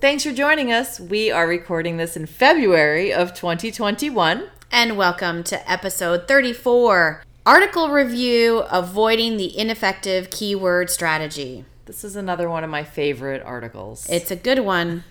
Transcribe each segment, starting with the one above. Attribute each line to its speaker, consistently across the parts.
Speaker 1: Thanks for joining us. We are recording this in February of 2021.
Speaker 2: And welcome to episode 34 Article Review Avoiding the Ineffective Keyword Strategy.
Speaker 1: This is another one of my favorite articles.
Speaker 2: It's a good one.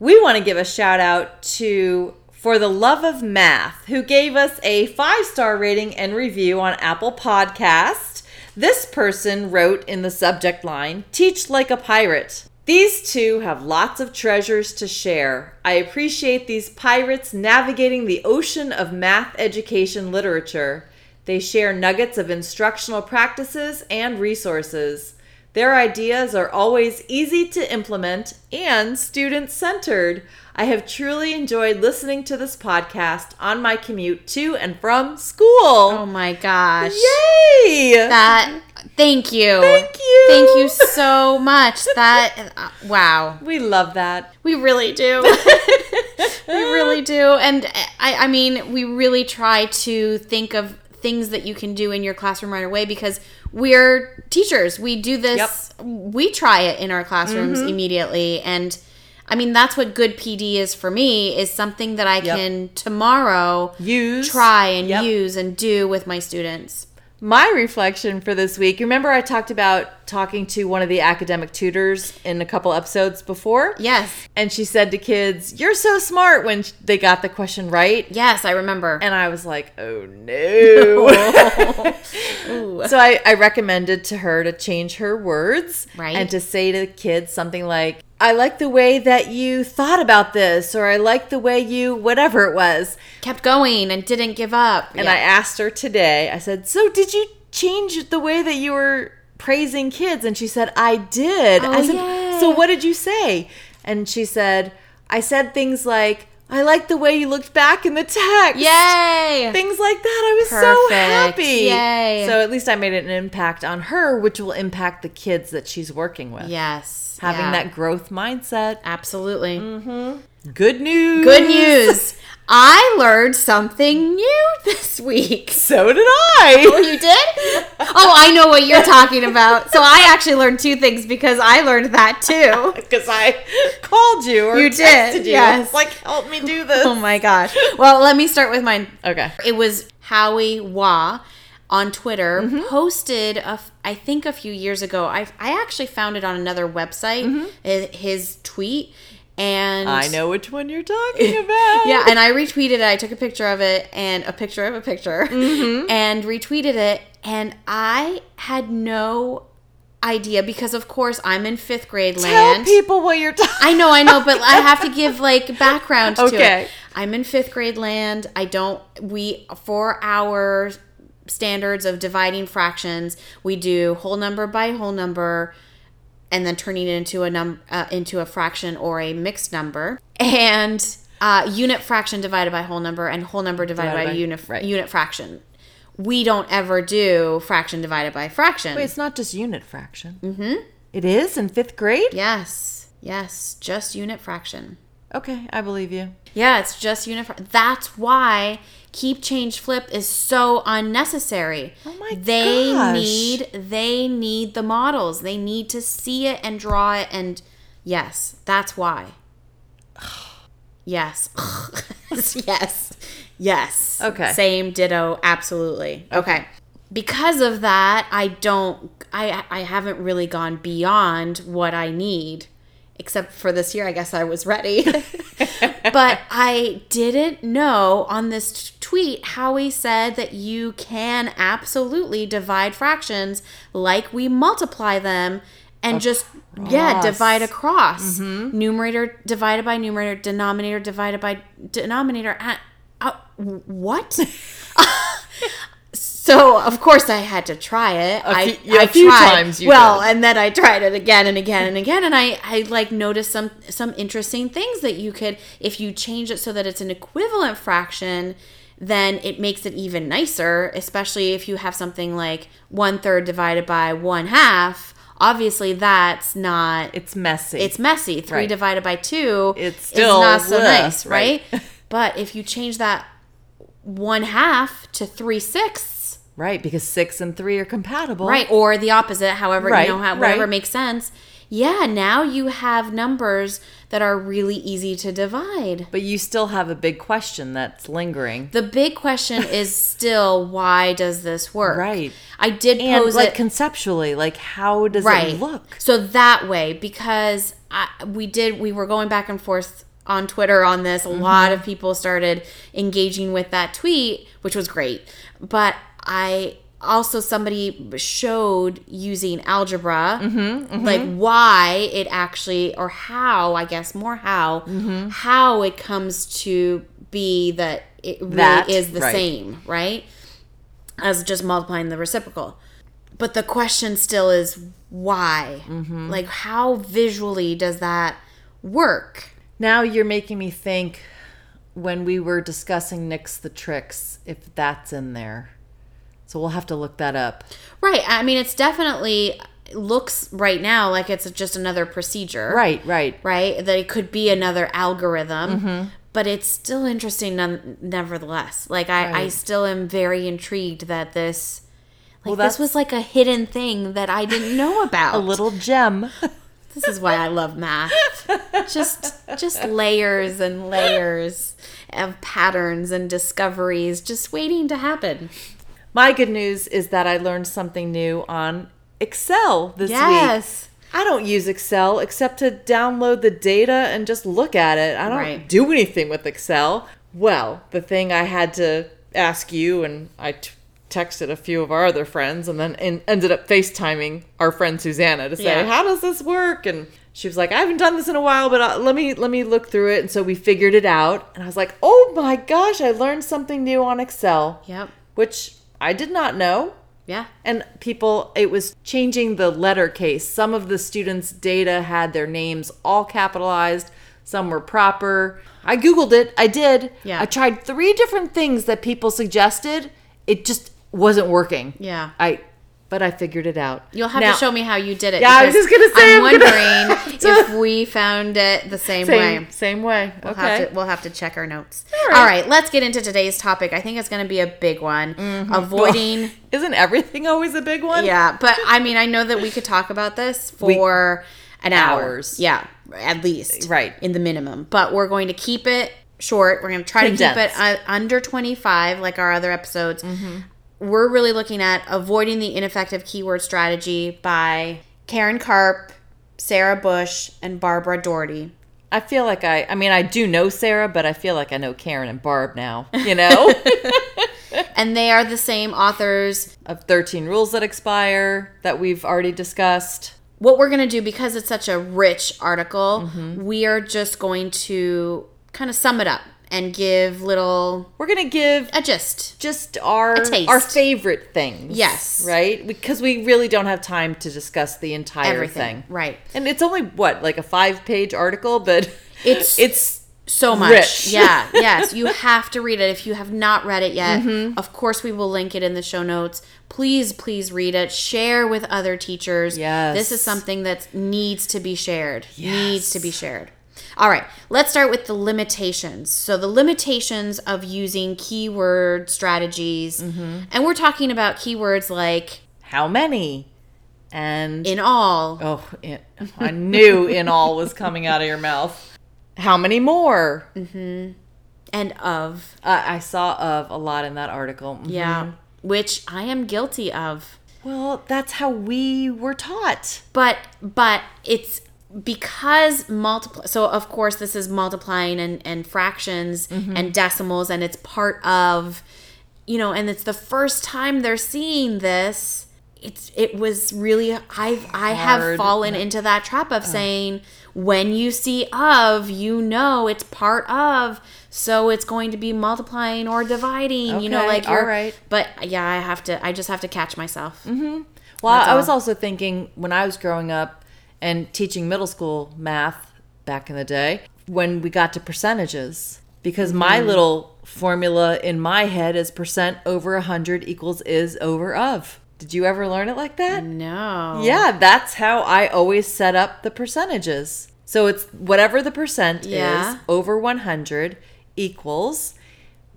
Speaker 1: we want to give a shout out to For the Love of Math, who gave us a five star rating and review on Apple Podcast. This person wrote in the subject line Teach like a pirate. These two have lots of treasures to share. I appreciate these pirates navigating the ocean of math education literature. They share nuggets of instructional practices and resources. Their ideas are always easy to implement and student centered. I have truly enjoyed listening to this podcast on my commute to and from school.
Speaker 2: oh my gosh.
Speaker 1: Yay!
Speaker 2: That, thank you.
Speaker 1: Thank you.
Speaker 2: Thank you so much. That, uh, wow.
Speaker 1: We love that.
Speaker 2: We really do. we really do. And I, I mean, we really try to think of things that you can do in your classroom right away because we're teachers. We do this, we try it in our classrooms
Speaker 1: Mm-hmm.
Speaker 2: immediately. And I mean, that's what good PD is for me is something that I can tomorrow
Speaker 1: Use.
Speaker 2: try and
Speaker 1: Yep.
Speaker 2: use and do with my students.
Speaker 1: My reflection for this week remember, I talked about talking to one of the academic tutors in a couple episodes before?
Speaker 2: Yes.
Speaker 1: And she said to kids, You're so smart when sh- they got the question right.
Speaker 2: Yes, I remember.
Speaker 1: And I was like, oh no.
Speaker 2: Ooh.
Speaker 1: so I, I recommended to her to change her words
Speaker 2: Right.
Speaker 1: and to say to the kids something like, I like the way that you thought about this, or I like the way you, whatever it was.
Speaker 2: Kept going and didn't give up.
Speaker 1: And I asked her today, I said, So did you change the way that you were praising kids? And she said, I did.
Speaker 2: Oh,
Speaker 1: I said,
Speaker 2: yay.
Speaker 1: So what did you say? And she said, I said things like, I like the way you looked back in the text
Speaker 2: Yay!
Speaker 1: things like that. I was
Speaker 2: Perfect.
Speaker 1: so happy.
Speaker 2: Yay.
Speaker 1: So at least I made an impact on her, which will impact the kids that she's working with.
Speaker 2: Yes.
Speaker 1: Having
Speaker 2: yeah.
Speaker 1: that growth mindset.
Speaker 2: Absolutely.
Speaker 1: Mm-hmm. Good news.
Speaker 2: Good news. I learned something new this week. Oh,
Speaker 1: So did I.
Speaker 2: You did? Oh, I know what you're talking about. So I actually learned two things because I learned that too.
Speaker 1: Because I called you or
Speaker 2: You did,
Speaker 1: texted you.
Speaker 2: yes.
Speaker 1: Like, help me do this.
Speaker 2: Oh my gosh. Well, let me start with mine.
Speaker 1: Okay.
Speaker 2: It was Howie Wah on Twitter
Speaker 1: Mm-hmm.
Speaker 2: posted a f- I think a few years ago. I I actually found it on another website i- his tweet and
Speaker 1: Mm-hmm. I know which one you're talking about.
Speaker 2: Yeah, and I retweeted it. I took a picture of it and a picture of a picture
Speaker 1: Mm-hmm.
Speaker 2: and retweeted it. And I had no idea because, of course, I'm in fifth grade
Speaker 1: Tell
Speaker 2: land.
Speaker 1: people what you're talking
Speaker 2: I know, I know, but I have to give like background to
Speaker 1: Okay.
Speaker 2: it. I'm in fifth grade land. I don't, we, for our standards of dividing fractions, we do whole number by whole number and then turning it into a num uh, into a fraction or a mixed number and uh, unit fraction divided by whole number and whole number divided
Speaker 1: Divided
Speaker 2: by,
Speaker 1: by-
Speaker 2: unit
Speaker 1: right.
Speaker 2: unit fraction we don't ever do fraction divided by fraction
Speaker 1: It's not just unit fraction. Mm-hmm. It is in fifth grade?
Speaker 2: yes yes just unit fraction
Speaker 1: Okay, I believe you.
Speaker 2: Yeah, it's just uniform. That's why keep change flip is so unnecessary. Oh
Speaker 1: my
Speaker 2: They
Speaker 1: gosh.
Speaker 2: need they need the models. They need to see it and draw it and yes, that's why. Yes. yes. Yes.
Speaker 1: Okay.
Speaker 2: Same ditto absolutely. Okay. Because of that, I don't I I haven't really gone beyond what I need except for this year I guess I was ready. but I didn't know on this t- tweet Howie said that you can absolutely divide fractions like we multiply them and just yeah divide across numerator divided by numerator denominator divided by denominator at uh, what So of course I had to try it.
Speaker 1: A
Speaker 2: I-
Speaker 1: few- yeah,
Speaker 2: I
Speaker 1: a few
Speaker 2: tried-
Speaker 1: times you
Speaker 2: well,
Speaker 1: did.
Speaker 2: and then I tried it again and again and again, and I I like noticed some some interesting things that you could if you change it so that it's an equivalent fraction, then it makes it even nicer. Especially if you have something like one third divided by one half. Obviously, that's not
Speaker 1: It's messy.
Speaker 2: it's messy. Three
Speaker 1: Right.
Speaker 2: divided by two
Speaker 1: It's
Speaker 2: is
Speaker 1: still
Speaker 2: not so
Speaker 1: bleh,
Speaker 2: nice, right?
Speaker 1: right.
Speaker 2: but if you change that one half to three sixths,
Speaker 1: right because six and three are compatible.
Speaker 2: right, or the opposite, however
Speaker 1: Right,
Speaker 2: you know how whatever
Speaker 1: right.
Speaker 2: makes sense. Yeah, now you have numbers that are really easy to divide.
Speaker 1: But you still have a big question that's lingering.
Speaker 2: The big question is still why does this work?
Speaker 1: Right.
Speaker 2: I did
Speaker 1: And
Speaker 2: pose
Speaker 1: like
Speaker 2: it
Speaker 1: conceptually, like how does it look?
Speaker 2: So that way, because I, we did, we were going back and forth on Twitter on this. A
Speaker 1: Mm-hmm.
Speaker 2: lot of people started engaging with that tweet, which was great. But I also somebody showed using algebra
Speaker 1: Mm-hmm,
Speaker 2: like why it actually or how i guess more how
Speaker 1: Mm-hmm.
Speaker 2: how it comes to be that it really
Speaker 1: That,
Speaker 2: is the
Speaker 1: right.
Speaker 2: same right as just multiplying the reciprocal but the question still is why
Speaker 1: Mm-hmm.
Speaker 2: like how visually does that work
Speaker 1: Now you're making me think when we were discussing Nix the Tricks, if that's in there. So we'll have to look that up.
Speaker 2: right i mean it's definitely it looks right now like it's just another procedure
Speaker 1: Right, right.
Speaker 2: right that it could be another algorithm
Speaker 1: Mm-hmm.
Speaker 2: but it's still interesting none, nevertheless like I, I
Speaker 1: Right.
Speaker 2: still am very intrigued that this like
Speaker 1: Well,
Speaker 2: this was like a hidden thing that i didn't know about
Speaker 1: A little gem.
Speaker 2: This is why I love math. just just layers and layers of patterns and discoveries just waiting to happen.
Speaker 1: My good news is that I learned something new on Excel this week.
Speaker 2: Yes.
Speaker 1: I don't use Excel except to download the data and just look at it. I don't
Speaker 2: Right.
Speaker 1: do anything with Excel. Well, the thing I had to ask you, and I t- texted a few of our other friends, and then en- ended up FaceTiming our friend Susanna to say,
Speaker 2: Yeah.
Speaker 1: "How does this work?" And she was like, "I haven't done this in a while, but uh, let me let me look through it." And so we figured it out, and I was like, "Oh my gosh, I learned something new on Excel."
Speaker 2: Yep.
Speaker 1: which I did not know.
Speaker 2: Yeah.
Speaker 1: And people, it was changing the letter case. Some of the students' data had their names all capitalized, some were proper. I Googled it, I did.
Speaker 2: Yeah.
Speaker 1: I tried three different things that people suggested. It just wasn't working.
Speaker 2: Yeah.
Speaker 1: I, but I figured it out.
Speaker 2: You'll have
Speaker 1: Now-
Speaker 2: to show me how you did it.
Speaker 1: Yeah, I was
Speaker 2: because
Speaker 1: just gonna say,
Speaker 2: I'm
Speaker 1: I'm gonna-
Speaker 2: wondering if we found it the same,
Speaker 1: Same,
Speaker 2: way.
Speaker 1: same way.
Speaker 2: We'll,
Speaker 1: okay.
Speaker 2: have to, we'll have to check our notes. All
Speaker 1: All
Speaker 2: right.
Speaker 1: right.
Speaker 2: let's get into today's topic. I think it's going to be a big one.
Speaker 1: Mm-hmm.
Speaker 2: Avoiding
Speaker 1: Isn't everything always a big one?
Speaker 2: Yeah, but I mean, I know that we could talk about this for an hour.
Speaker 1: Hours.
Speaker 2: Yeah, at least.
Speaker 1: Right.
Speaker 2: In the minimum. But we're going to keep it short. We're going to try to keep
Speaker 1: Condensed.
Speaker 2: it uh, under 25, like our other episodes.
Speaker 1: Mm-hmm.
Speaker 2: We're really looking at avoiding the ineffective keyword strategy by Karen Karp, Sarah Bush, and Barbara Doherty.
Speaker 1: I feel like I, I mean, I do know Sarah, but I feel like I know Karen and Barb now, you know?
Speaker 2: And they are the same authors.
Speaker 1: of 13 rules that expire that we've already discussed.
Speaker 2: what we're going to do because it's such a rich article we are just going to kind of sum it up and give little
Speaker 1: We're going to give
Speaker 2: a gist
Speaker 1: just our
Speaker 2: taste.
Speaker 1: our favorite things.
Speaker 2: Yes.
Speaker 1: Right? Because we really don't have time to discuss the entire
Speaker 2: everything
Speaker 1: thing.
Speaker 2: right
Speaker 1: And it's only what like a 5-page article, but
Speaker 2: It's-
Speaker 1: it's
Speaker 2: so much
Speaker 1: Rich.
Speaker 2: yeah yes you have to read it if you have not read it yet
Speaker 1: Mm-hmm.
Speaker 2: of course we will link it in the show notes please please read it share with other teachers
Speaker 1: Yes.
Speaker 2: this is something that needs to be shared needs
Speaker 1: Yes.
Speaker 2: to be shared all right let's start with the limitations so the limitations of using keyword strategies
Speaker 1: Mm-hmm.
Speaker 2: and we're talking about keywords like
Speaker 1: how many and
Speaker 2: in all
Speaker 1: oh, it, I knew in all was coming out of your mouth. How many more?
Speaker 2: Mm. and of
Speaker 1: Uh, I saw of a lot in that article. Mhm.
Speaker 2: yeah which i am guilty of
Speaker 1: Well, that's how we were taught.
Speaker 2: but but it's because multiply so of course this is multiplying and and fractions
Speaker 1: Mm-hmm.
Speaker 2: and decimals and it's part of you know and it's the first time they're seeing this it's it was really i i have
Speaker 1: Hard. Uh.
Speaker 2: fallen into that trap of saying when you see of, you know it's part of, so it's going to be multiplying or dividing. You know,
Speaker 1: Okay,
Speaker 2: like
Speaker 1: all
Speaker 2: you're
Speaker 1: right.
Speaker 2: But yeah, I have to. I just have to catch myself.
Speaker 1: Mm-hmm. Well, I
Speaker 2: all.
Speaker 1: was also thinking when I was growing up and teaching middle school math back in the day, when we got to percentages, because my
Speaker 2: Mm-hmm.
Speaker 1: little formula in my head is percent over 100 equals is over of. Did you ever learn it like that?
Speaker 2: No.
Speaker 1: Yeah, that's how I always set up the percentages. So it's whatever the percent
Speaker 2: Yeah.
Speaker 1: is over 100 equals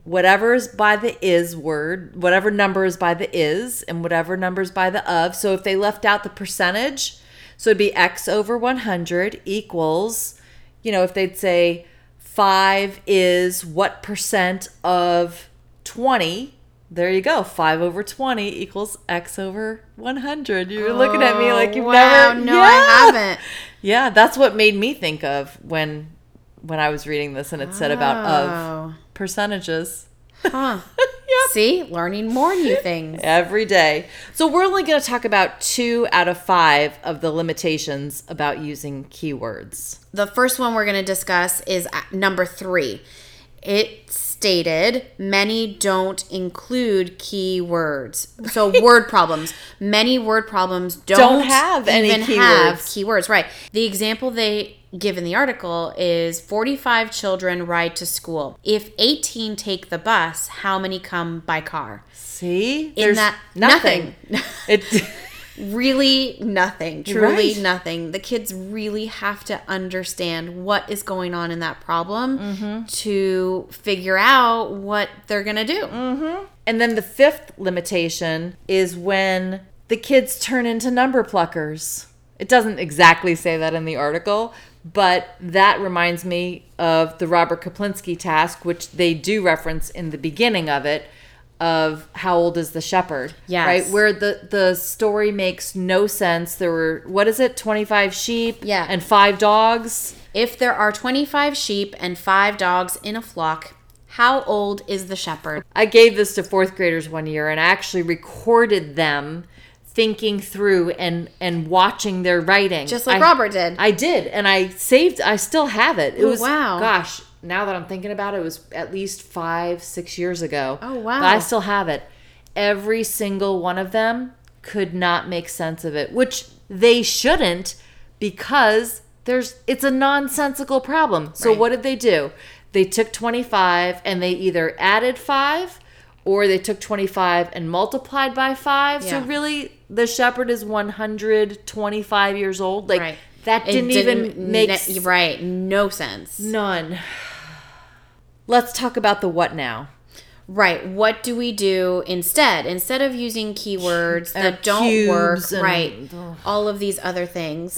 Speaker 1: whatever is by the is word, whatever number is by the is, and whatever number is by the of. So if they left out the percentage, so it'd be x over 100 equals, you know, if they'd say five is what percent of 20. There you go. 5 over 20 equals x over 100. You're looking at me like you've
Speaker 2: Oh, wow,
Speaker 1: never
Speaker 2: No,
Speaker 1: yeah.
Speaker 2: I haven't.
Speaker 1: Yeah, that's what made me think of when when I was reading this and it said about of
Speaker 2: Oh.
Speaker 1: percentages.
Speaker 2: Huh. See, learning more new things.
Speaker 1: Every day. So we're only going to talk about 2 out of 5 of the limitations about using keywords.
Speaker 2: The first one we're going to discuss is uh, number three. It stated many don't include keywords. So, word problems. Many word problems don't,
Speaker 1: have any
Speaker 2: keywords. Right. The example they give in the article is 45 children ride to school. If 18 take the bus, how many come by car?
Speaker 1: See?
Speaker 2: In that, nothing.
Speaker 1: It
Speaker 2: really nothing truly
Speaker 1: Right.
Speaker 2: nothing the kids really have to understand what is going on in that problem
Speaker 1: Mm-hmm.
Speaker 2: to figure out what they're gonna do
Speaker 1: Mm. And then the fifth limitation is when the kids turn into number pluckers. It doesn't exactly say that in the article, but that reminds me of the Robert Kaplinsky task, which they do reference in the beginning of it, of how old is the shepherd?
Speaker 2: Yes.
Speaker 1: Right? Where the, the story makes no sense. There were, what is it, 25 sheep
Speaker 2: Yeah.
Speaker 1: and five dogs?
Speaker 2: if there are 25 sheep and 5 dogs in a flock how old is the shepherd
Speaker 1: I gave this to fourth graders one year and I actually recorded them thinking through and and watching their writing.
Speaker 2: just like
Speaker 1: I-
Speaker 2: robert did
Speaker 1: I did and I saved I still have it. It
Speaker 2: Oh,
Speaker 1: was
Speaker 2: wow.
Speaker 1: gosh, now that I'm thinking about it, it was at least 5 6 years ago.
Speaker 2: Oh, wow.
Speaker 1: But I still have it. Every single one of them could not make sense of it, which they shouldn't because there's it's a nonsensical problem. So
Speaker 2: Right.
Speaker 1: what did they do? They took 25 and they either added 5 or they took 25 and multiplied by 5.
Speaker 2: Yeah.
Speaker 1: So really the shepherd is 125 years old. Like
Speaker 2: right
Speaker 1: that
Speaker 2: It
Speaker 1: didn't, even make
Speaker 2: ne-
Speaker 1: s-
Speaker 2: right no sense
Speaker 1: none. Let's talk about the what now.
Speaker 2: right what do we do instead instead of using keywords that don't work
Speaker 1: uh, cubes and-
Speaker 2: right all of these other things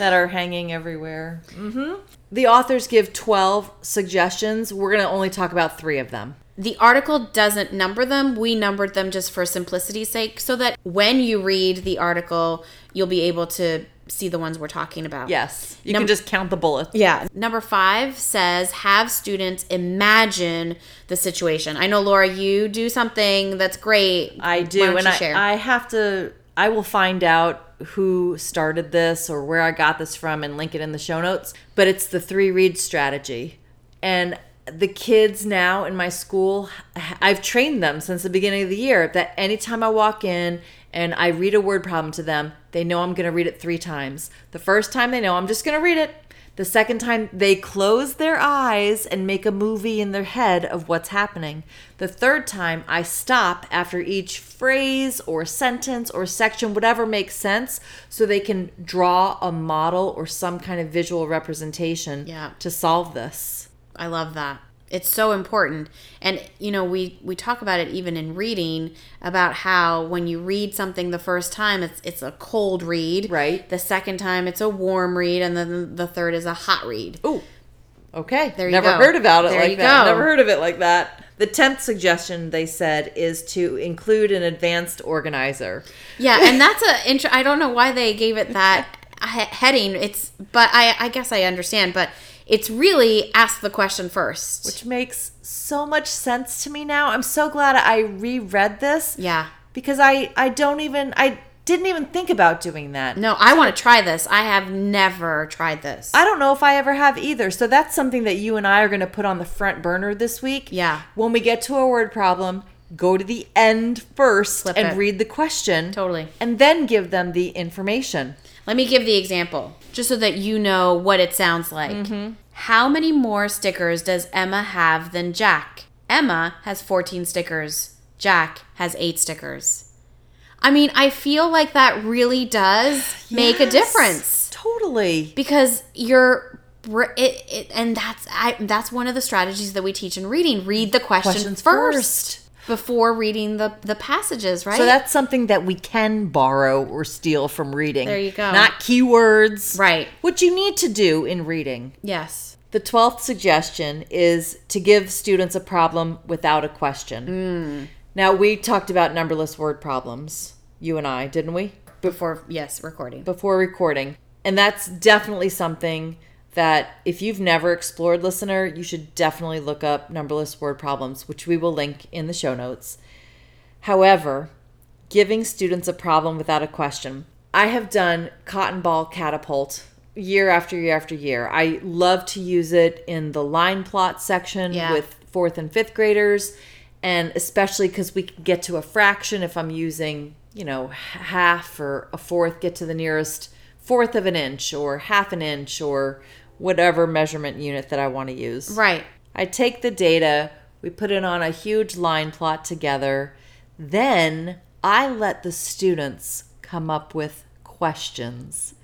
Speaker 1: that are hanging everywhere. hmm The authors give 12 suggestions. We're going to only talk about three of them.
Speaker 2: The article doesn't number them. We numbered them just for simplicity's sake so that when you read the article, you'll be able to see the ones we're talking about.
Speaker 1: Yes. You
Speaker 2: Num-
Speaker 1: can just count the bullets.
Speaker 2: Yeah. Number five says have students imagine the situation. I know, Laura, you do something that's great.
Speaker 1: I
Speaker 2: Why
Speaker 1: do,
Speaker 2: don't
Speaker 1: and
Speaker 2: you
Speaker 1: I,
Speaker 2: share?
Speaker 1: I have to. I will find out who started this or where I got this from and link it in the show notes. But it's the three read strategy, and the kids now in my school, I've trained them since the beginning of the year that anytime I walk in and I read a word problem to them, they know I'm going to read it three times. The first time they know I'm just going to read it. The second time, they close their eyes and make a movie in their head of what's happening. The third time, I stop after each phrase or sentence or section, whatever makes sense, so they can draw a model or some kind of visual representation
Speaker 2: Yeah.
Speaker 1: to solve this.
Speaker 2: I love that. It's so important. And you know, we we talk about it even in reading about how when you read something the first time it's it's a cold read.
Speaker 1: Right.
Speaker 2: The second time it's a warm read and then the third is a hot read.
Speaker 1: Ooh, okay.
Speaker 2: There you
Speaker 1: Never
Speaker 2: go.
Speaker 1: heard about it
Speaker 2: There
Speaker 1: like
Speaker 2: you
Speaker 1: that.
Speaker 2: go.
Speaker 1: Never heard of it like that. The tenth suggestion they said is to include an advanced organizer.
Speaker 2: Yeah, and that's a intro I don't know why they gave it that he- heading. It's but I I guess I understand, but it's really ask the question first.
Speaker 1: which makes so much sense to me now. I'm so glad I reread this
Speaker 2: yeah.
Speaker 1: because I I don't even I didn't even think about doing that.
Speaker 2: No, I want to try this. I have never tried this.
Speaker 1: I don't know if I ever have either. So that's something that you and I are going to put on the front burner this week.
Speaker 2: Yeah.
Speaker 1: When we get to a word problem, go to the end first
Speaker 2: Flip
Speaker 1: and
Speaker 2: it.
Speaker 1: read the question.
Speaker 2: Totally.
Speaker 1: And then give them the information.
Speaker 2: Let me give the example just so that you know what it sounds like. How many more stickers does Emma have than Jack? Emma has 14 stickers, Jack has eight stickers. I mean, I feel like that really does make a
Speaker 1: Yes,
Speaker 2: difference
Speaker 1: Totally.
Speaker 2: because you're. we're- It, it, and that's I, that's one of the strategies that we teach in reading. Read the question
Speaker 1: Questions
Speaker 2: first,
Speaker 1: first.
Speaker 2: before reading the the passages, right?
Speaker 1: So that's something that we can borrow or steal from reading.
Speaker 2: There you go.
Speaker 1: Not keywords.
Speaker 2: right.
Speaker 1: What you need to do in reading.
Speaker 2: Yes.
Speaker 1: The 12th suggestion is to give students a problem without a question.
Speaker 2: Mm.
Speaker 1: Now, we talked about numberless word problems, you and I, didn't we?
Speaker 2: Before yes, recording.
Speaker 1: before recording. And that's definitely something that if you've never explored listener, you should definitely look up numberless word problems, which we will link in the show notes. However, giving students a problem without a question. I have done cotton ball catapult year after year after year. I love to use it in the line plot section
Speaker 2: Yeah.
Speaker 1: with fourth and fifth graders and especially because we can get to a fraction if i'm using you know h- half or a fourth get to the nearest fourth of an inch or half an inch or whatever measurement unit that i want to use
Speaker 2: Right.
Speaker 1: i take the data we put it on a huge line plot together then i let the students come up with questions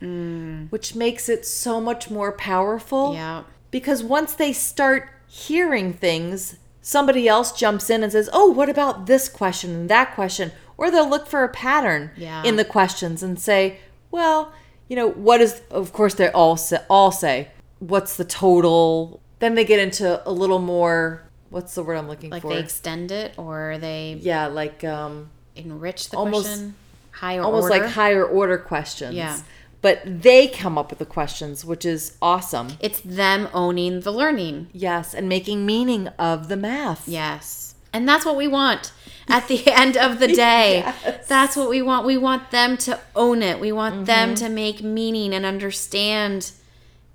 Speaker 1: which makes it so much more powerful
Speaker 2: Mm. Yeah.
Speaker 1: because once they start hearing things, somebody else jumps in and says, "Oh, what about this question and that question?" Or they'll look for a pattern
Speaker 2: Yeah.
Speaker 1: in the questions and say, "Well, you know, what is?" Of course, they all say, all say, "What's the total?" Then they get into a little more. What's the word I'm looking
Speaker 2: like
Speaker 1: for?
Speaker 2: they extend it or they
Speaker 1: yeah, like um,
Speaker 2: enrich the
Speaker 1: Almost-
Speaker 2: question higher
Speaker 1: almost
Speaker 2: order.
Speaker 1: like higher order questions.
Speaker 2: Yeah.
Speaker 1: But they come up with the questions, which is awesome.
Speaker 2: it's them owning the learning
Speaker 1: Yes, and making meaning of the math.
Speaker 2: yes and that's what we want at the end of the day
Speaker 1: Yes.
Speaker 2: that's what we want we want them to own it we want them
Speaker 1: Mm-hmm.
Speaker 2: to make meaning and understand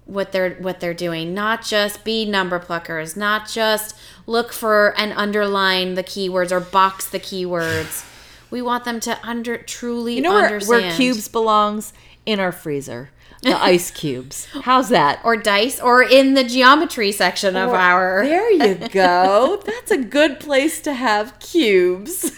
Speaker 2: what they're what they're doing not just be number pluckers not just look for and underline the keywords or box the keywords we want them to under truly
Speaker 1: You know where,
Speaker 2: understand
Speaker 1: where cubes belongs in our freezer, the ice cubes. How's that?
Speaker 2: or dice or in the geometry section of our
Speaker 1: There you go. That's a good place to have cubes.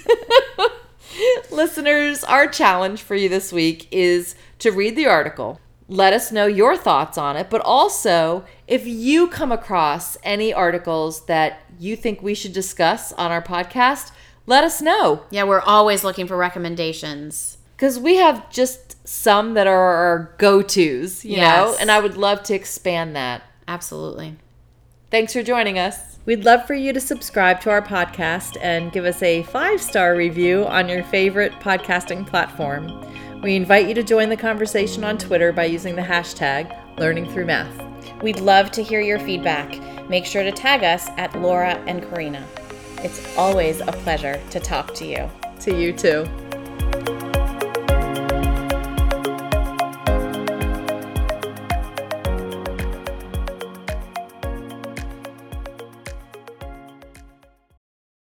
Speaker 1: Listeners, our challenge for you this week is to read the article. Let us know your thoughts on it, but also if you come across any articles that you think we should discuss on our podcast, let us know.
Speaker 2: yeah we're always looking for recommendations
Speaker 1: because we have just some that are our go-to's you know
Speaker 2: Yes.
Speaker 1: and i would love to expand that
Speaker 2: absolutely
Speaker 1: thanks for joining us we'd love for you to subscribe to our podcast and give us a five-star review on your favorite podcasting platform we invite you to join the conversation on twitter by using the hashtag learning through math
Speaker 2: we'd love to hear your feedback make sure to tag us at laura and karina it's always a pleasure to talk to you
Speaker 1: to you too